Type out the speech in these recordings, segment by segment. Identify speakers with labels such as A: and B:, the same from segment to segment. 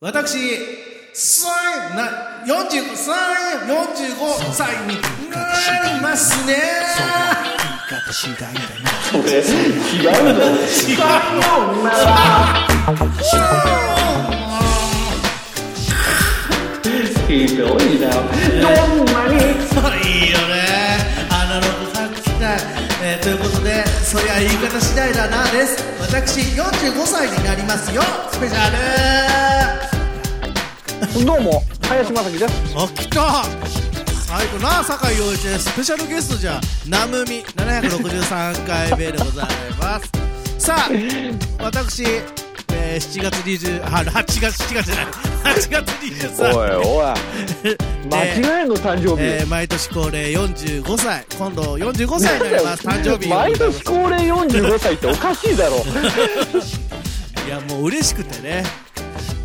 A: 私、歳、な、45歳、45歳になりますね。
B: ひどいな。
A: いいよね。アナログ発揮だ。えーということで、そりゃ言い方次第だな、です。私、45歳になりますよ。スペシャル
C: どうも、林正樹です。
A: あ、来た最後な、酒井陽一です。スペシャルゲストじゃん、ナムミ763回目でございます。 さあ、私、えー、7月20、あ、8月、7月じゃない、8月
C: おい
A: 23
C: おい、
A: 日、ね
C: 間違えんの誕生
A: え
C: 日。
A: ー毎年恒例45歳、今度45歳になります、誕生日
C: 毎年恒例45歳っておかしいだろ。
A: いや、もう嬉しくてね、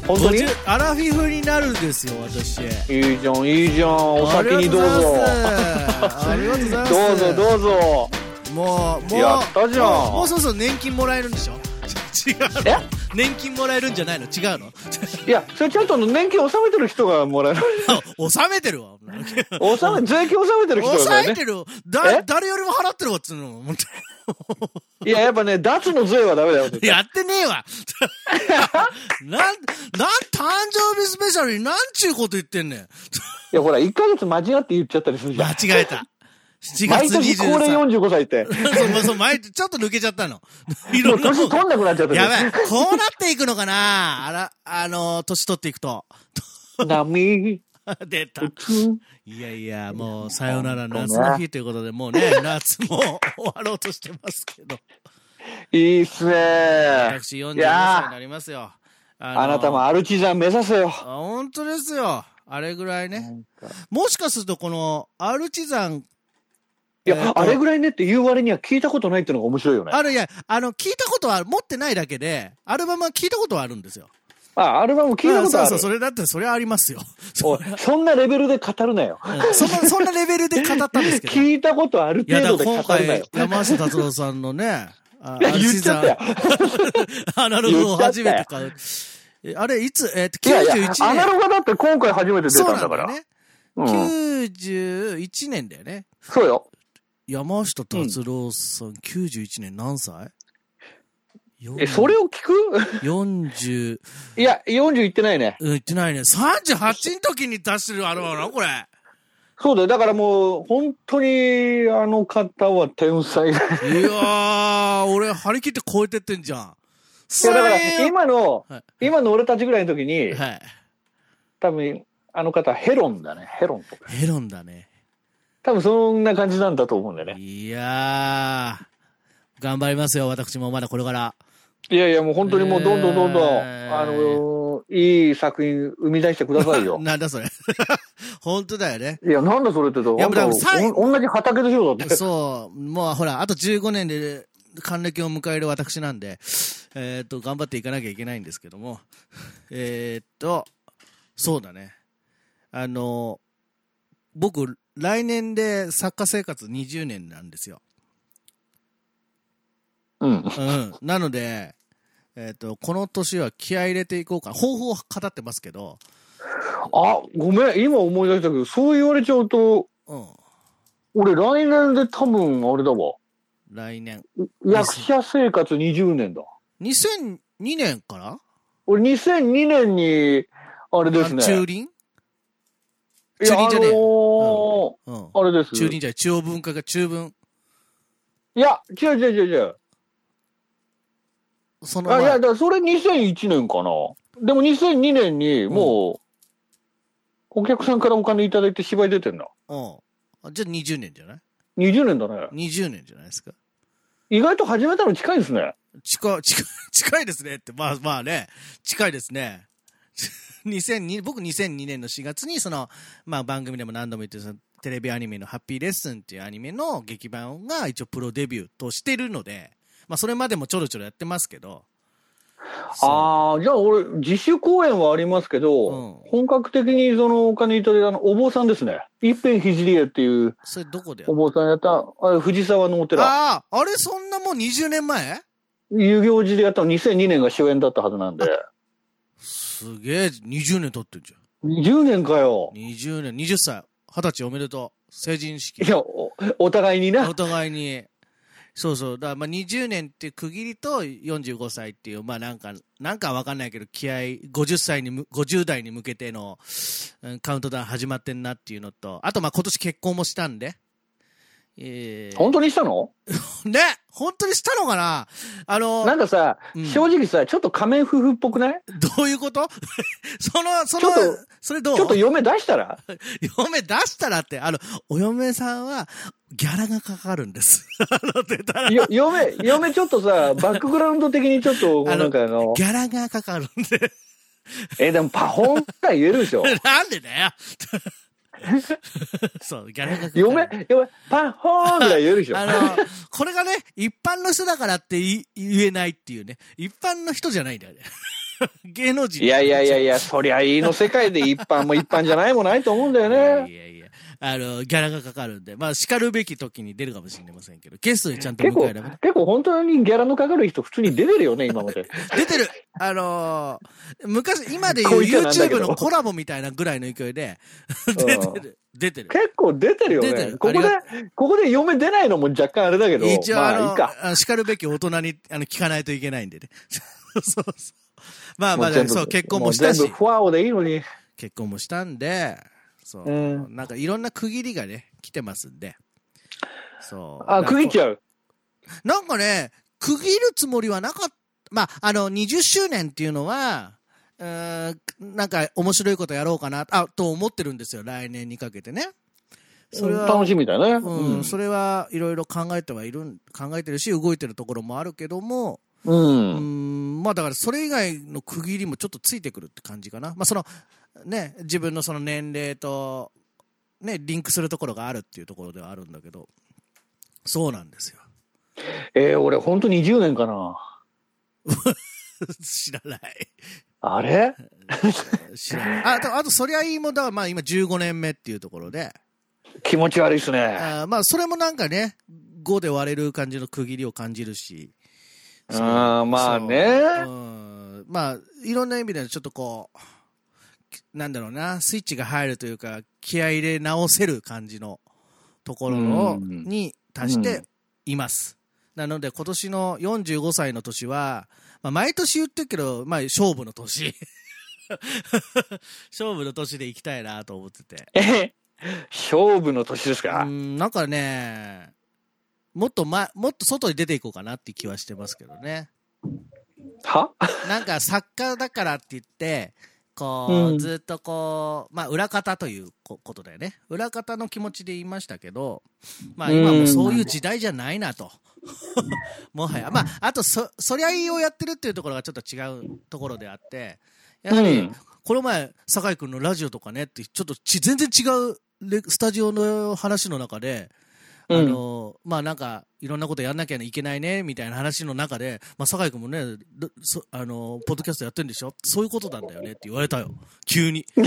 C: 本当に
A: 50アラフィフになるんですよ、私。
C: いいじゃん、いいじゃん。お先にどうぞ。
A: ありがとうございます。
C: どうぞどうぞ。
A: もうもう
C: やったじゃん
A: もうもうそろそろ年金もらえるんでしょ 違うの
C: え
A: 年金もらえるんじゃないの違うの
C: いや、それちゃんと年金納めてる人がもらえる。
A: 納めて るわお前
C: 納め、税金納めてる人がもら
A: 抑
C: え
A: え
C: る
A: て
C: ね。
A: るだ
C: え
A: 誰よりも払ってるわっつうの 本
C: いや、やっぱね、脱の税はダメだよ。
A: 当にやってねえわ なんなん誕生日スペシャルになんちゅうこと言ってんねん
C: いや、ほら、1ヶ月間違って言っちゃったりするじゃん。
A: 間違えた7
C: 毎
A: 月
C: 年恒例
A: 23
C: 45歳って。
A: そうそう毎ちょっと抜けちゃった のい
C: も
A: ろ
C: うん
A: なも
C: 年
A: ん
C: 取んなくなっちゃった
A: やば
C: ね
A: いこうなっていくのかなあらあの年取っていくと
C: 波
A: 出た
C: 打つ。
A: いやいや、もう、さよなら夏の日ということで、もうね、 夏も終わろうとしてますけど、
C: いいっすね
A: 私45歳
C: い
A: に
C: や
A: なりますよ。
C: ー
A: あの
C: あなたも。アルチザン目指せよ。
A: あ本当ですよ。あれぐらいね。もしかすると、この、アルチザン、
C: い
A: えー
C: や、
A: と
C: あれぐらいねって言う割には聞いたことないってのが面白いよね。
A: あるいや、あの、聞いたことは持ってないだけで、アルバムは聞いたことはあるんですよ。
C: あ、アルバム聞いたことあ
A: そ
C: る
A: う。そう、それだって、それはありますよ。
C: おいそんなレベルで語るなよ。
A: うんそんな、そんなレベルで語ったんですけど。
C: 聞いたことある
A: いや、
C: 程度
A: だ
C: で
A: から今
C: 語るなよ
A: 回。、山下達郎さんのね、あ
C: いや、言っちゃったよ。
A: アナログを初めて買う。えあれ、いつ、えっ、と、
C: いやいや
A: 91、年。
C: アナログだって今回初めて出
A: そう
C: たん
A: な
C: だ
A: んだ
C: か
A: よ
C: ら。
A: ね。
C: うん
A: 91年だよね。
C: そうよ。
A: 山下達郎さん、91年何歳
C: え、それを聞く
A: ?40、
C: いや、40いってないね。
A: うん、言ってないね。38の時に出してるアルバムなのこれ。
C: そうだよ。だからもう、本当に、あの方は天才だ。い
A: いやー、俺、張り切って超えてってんじゃん。そ
C: や、だか
A: れ
C: ら、今の
A: は、
C: 今の俺たちぐらいの時に、
A: はい。
C: 多分、あの方、ヘロンだね。ヘロンとか。
A: ヘロンだね。
C: 多分、そんな感じなんだと思うんだよね。
A: いやー、頑張りますよ、私もまだこれから。
C: いやいや、もう本当にもうどんどんどんどん、
A: えー
C: あのーいい作品生み出してくださ いよ。
A: なんだそれ。本当だよ ね。
C: いや、なんだそれってと、
A: いや
C: あんた
A: でもさい
C: おん同じ畑でしょ、だって。
A: そう、もうほら、あと15年で還暦を迎える私なんで、えーっと、頑張っていかなきゃいけないんですけども、 えーっと、そうだね。あの、僕、来年で作家生活20年なんですよ。
C: うん。
A: うん。なので、えーっと、この年は気合い入れていこうか。方法は語ってますけど、
C: あ、ごめん、今思い出したけど、そう言われちゃうと、
A: うん。
C: 俺来年で多分、あれだわ。
A: 来年。
C: 役者生活20年だ。
A: 2002年から
C: 俺2002年に、あれですね。
A: 中輪
C: いや、
A: 中
C: あ
A: 輪じ
C: の
A: ゃねえ
C: ー
A: うん。
C: あれです。
A: 中輪じゃない中央文化が中文。
C: いや、違う違う違う違う。
A: その
C: あいや、
A: 前
C: だからそれ2001年かな。でも2002年にもう、お客さんからお金いただいて芝居出てんだ。
A: うん。あじゃあ20年じゃない
C: 20年だね。
A: ?20 年じゃないですか。
C: 意外と始めたの近いですね。
A: 近い、近い、 近いですねって。まあまあね、近いですね。2002僕2002年の4月にその、まあ、番組でも何度も言ってるそのテレビアニメの「ハッピーレッスン」っていうアニメの劇版が一応プロデビューとしてるので、まあ、それまでもちょろちょろやってますけどそう
C: ああ、じゃあ俺、自主公演はありますけど、
A: うん
C: 本格的にそのお金いただいたの、お坊さんですね。一辺ひじりえっていう
A: それどこでや
C: お坊さんやった、あ藤沢のお寺。
A: ああ、あれそんなもう20年前
C: 遊行寺でやったの2002年が主演だったはずなんで。
A: すげえ、20年経ってんじゃん。
C: 20年かよ。
A: 20年、20歳、20歳おめでとう。成人式
C: い。や、おお互いにな
A: お。互いに。そうそう。だからまあ20年っていう区切りと45歳っていう、まあなんか、なんかわかんないけど、気合、50歳にむ、50代に向けての、うんカウントダウン始まってんなっていうのと、あとまあ今年結婚もしたんで。えー
C: 本当にしたの
A: ね本当にしたのかなあの、
C: なんかさ、
A: うん
C: 正直さ、ちょっと仮面夫婦っぽくない
A: どういうこと その、その
C: ちょっと、
A: それどう
C: ちょっと嫁出し たら
A: 嫁出したらって、あの、お嫁さんは、ギャラがかかるんです。 あの、出た ら、ギ
C: よ嫁、嫁ちょっとさ、バックグラウンド的にちょっと、
A: あの
C: なんか あの、
A: ャラがかかるんで。
C: え、でもパフォーンくらい言えるでしょ
A: なんでだよそう、ギャラがかかる。
C: 嫁、嫁、パフォーンくらい言えるでしょ
A: あの、これがね、一般の人だからってい言えないっていうね。一般の人じゃないんだよね。 芸能人。
C: いやいやいやいや、そりゃいいの世界で一般も一般じゃないもないと思うんだよ
A: いや
C: ね。
A: いやいや。あの、ギャラがかかるんで、まあ、叱るべき時に出るかもしれませんけど、ゲストにちゃんと
C: 結
A: 迎
C: 構、
A: えればね。
C: 結構本当にギャラのかかる人普通に出てるよね、今まで。
A: 出てるあのー昔、今で言
C: こ
A: う
C: う言っちゃなんだけ
A: YouTube
C: ど
A: のコラボみたいなぐらいの勢いで、 出てる。出てる。
C: 結構出てるよ
A: 出てる
C: ね。ここ
A: あ
C: で、ここで嫁出ないのも若干あれだけど、
A: 一応、
C: ま
A: あ
C: あいい
A: の、
C: か。
A: あの叱るべき大人にあの聞かないといけないんでね。 そうそう。まあま
C: う
A: あ、
C: 全部
A: そう、結婚もした
C: う全
A: し
C: 部、ファオでいいのに。
A: 結婚もしたんで、そうう。
C: ん
A: なんかいろんな区切りがね、来てますんで。そう。
C: あ、区切っちゃう。
A: なんかね、区切るつもりはなかった。まあ、あの、20周年っていうのは、うーんなんか面白いことやろうかな、あ、と思ってるんですよ。来年にかけてね。それは、
C: 楽しみだね。
A: うん、
C: うん
A: それはいろいろ考えてはいるん、考えてるし、動いてるところもあるけども、
C: うん
A: うーん、まあだからそれ以外の区切りもちょっとついてくるって感じかな。まあその、ね、自分のその年齢と、ね、リンクするところがあるっていうところではあるんだけど、そうなんですよ。
C: えー、俺ほんと20年かな。
A: 知らない。
C: あれ
A: 知らない。あと、あと、そりゃいいもんだから、まあ今15年目っていうところで、
C: 気持ち悪いっすね。
A: あーまあそれもなんかね、5で割れる感じの区切りを感じるし。
C: うーん、まあ
A: そう
C: ね。
A: うんまあ、いろんな意味でちょっとこう、なんだろうな、スイッチが入るというか、気合い入れ直せる感じのところの
C: うん
A: に達し
C: う
A: て
C: ん
A: います。なので、今年の45歳の年は、まあ、毎年言ってるけど、まあ、勝負の年。 勝負の年で行きたいなと思ってて。
C: えへ勝負の年です
A: う
C: か、
A: ん、なんかね、もっとま、もっと外に出ていこうかなって気はしてますけどね。
C: は
A: なんか作家だからって言って、こ
C: う
A: う、
C: ん
A: ずっとこう、まあ、裏方というこことだよね。裏方の気持ちで言いましたけど、まあ、今もうそういう時代じゃないなと。 もはや。まあ、あと、そ、そりゃいいをやってるっていうところがちょっと違うところであって、やは
C: う
A: り
C: ん、
A: この前、酒井君のラジオとかねって、ちょっとち全然違うレスタジオの話の中で、あ
C: うん
A: のまあなんかいろんなことやんなきゃいけないねみたいな話の中で、まあ、酒井君もねどそあのポッドキャストやってるんでしょそういうことなんだよねって言われたよ急に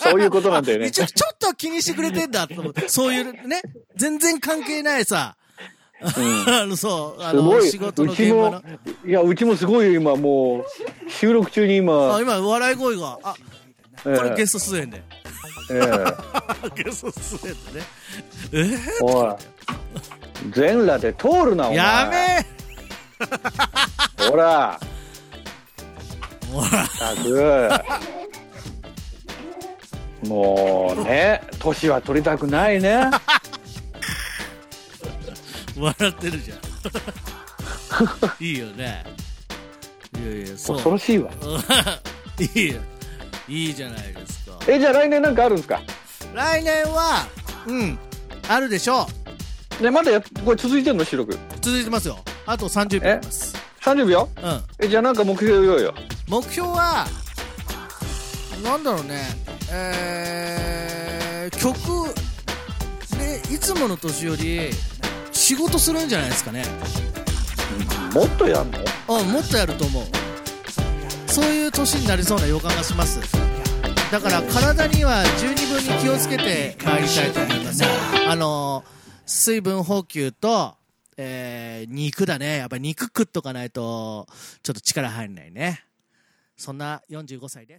C: そういうことなんだよ ね。
A: 一応ちょっとは気にしてくれてんだと思って そういうね全然関係ないさ あのそうあ
C: すご
A: の
C: い。
A: 仕事の
C: うち
A: 現場の
C: も、いや、うちもすごいよ今もう、収録中に今
A: あ、今笑い声があ
C: え
A: これ
C: ー
A: ゲスト出演で
C: えー
A: ゲスト出演でねえー
C: おい。全裸で通るな、お前。
A: やべえ
C: ほら、
A: ほら
C: ったく。もうね、年は取りたくないね。
A: 笑ってるじゃん いいよねいやいやそう
C: 恐ろしいわ。
A: いいよいいじゃないですか
C: え、じゃあ来年なんかあるんですか
A: 来年はうんあるでしょ
C: ね、まだや、これ続いてんの、収録。
A: う続いてますよあと30秒あります
C: 30秒
A: うん
C: え、じゃあなんか目標言おうよ。
A: 目標はなんだろうねえー、曲でいつもの年より仕事するんじゃないですかね
C: もっとやんの
A: あもっとやると思うそういう年になりそうな予感がしますだから体には十二分に気をつけて参りたいと思いますあのー水分補給と、えー肉だねやっぱり肉食っとかないとちょっと力入んないねそんな45歳です。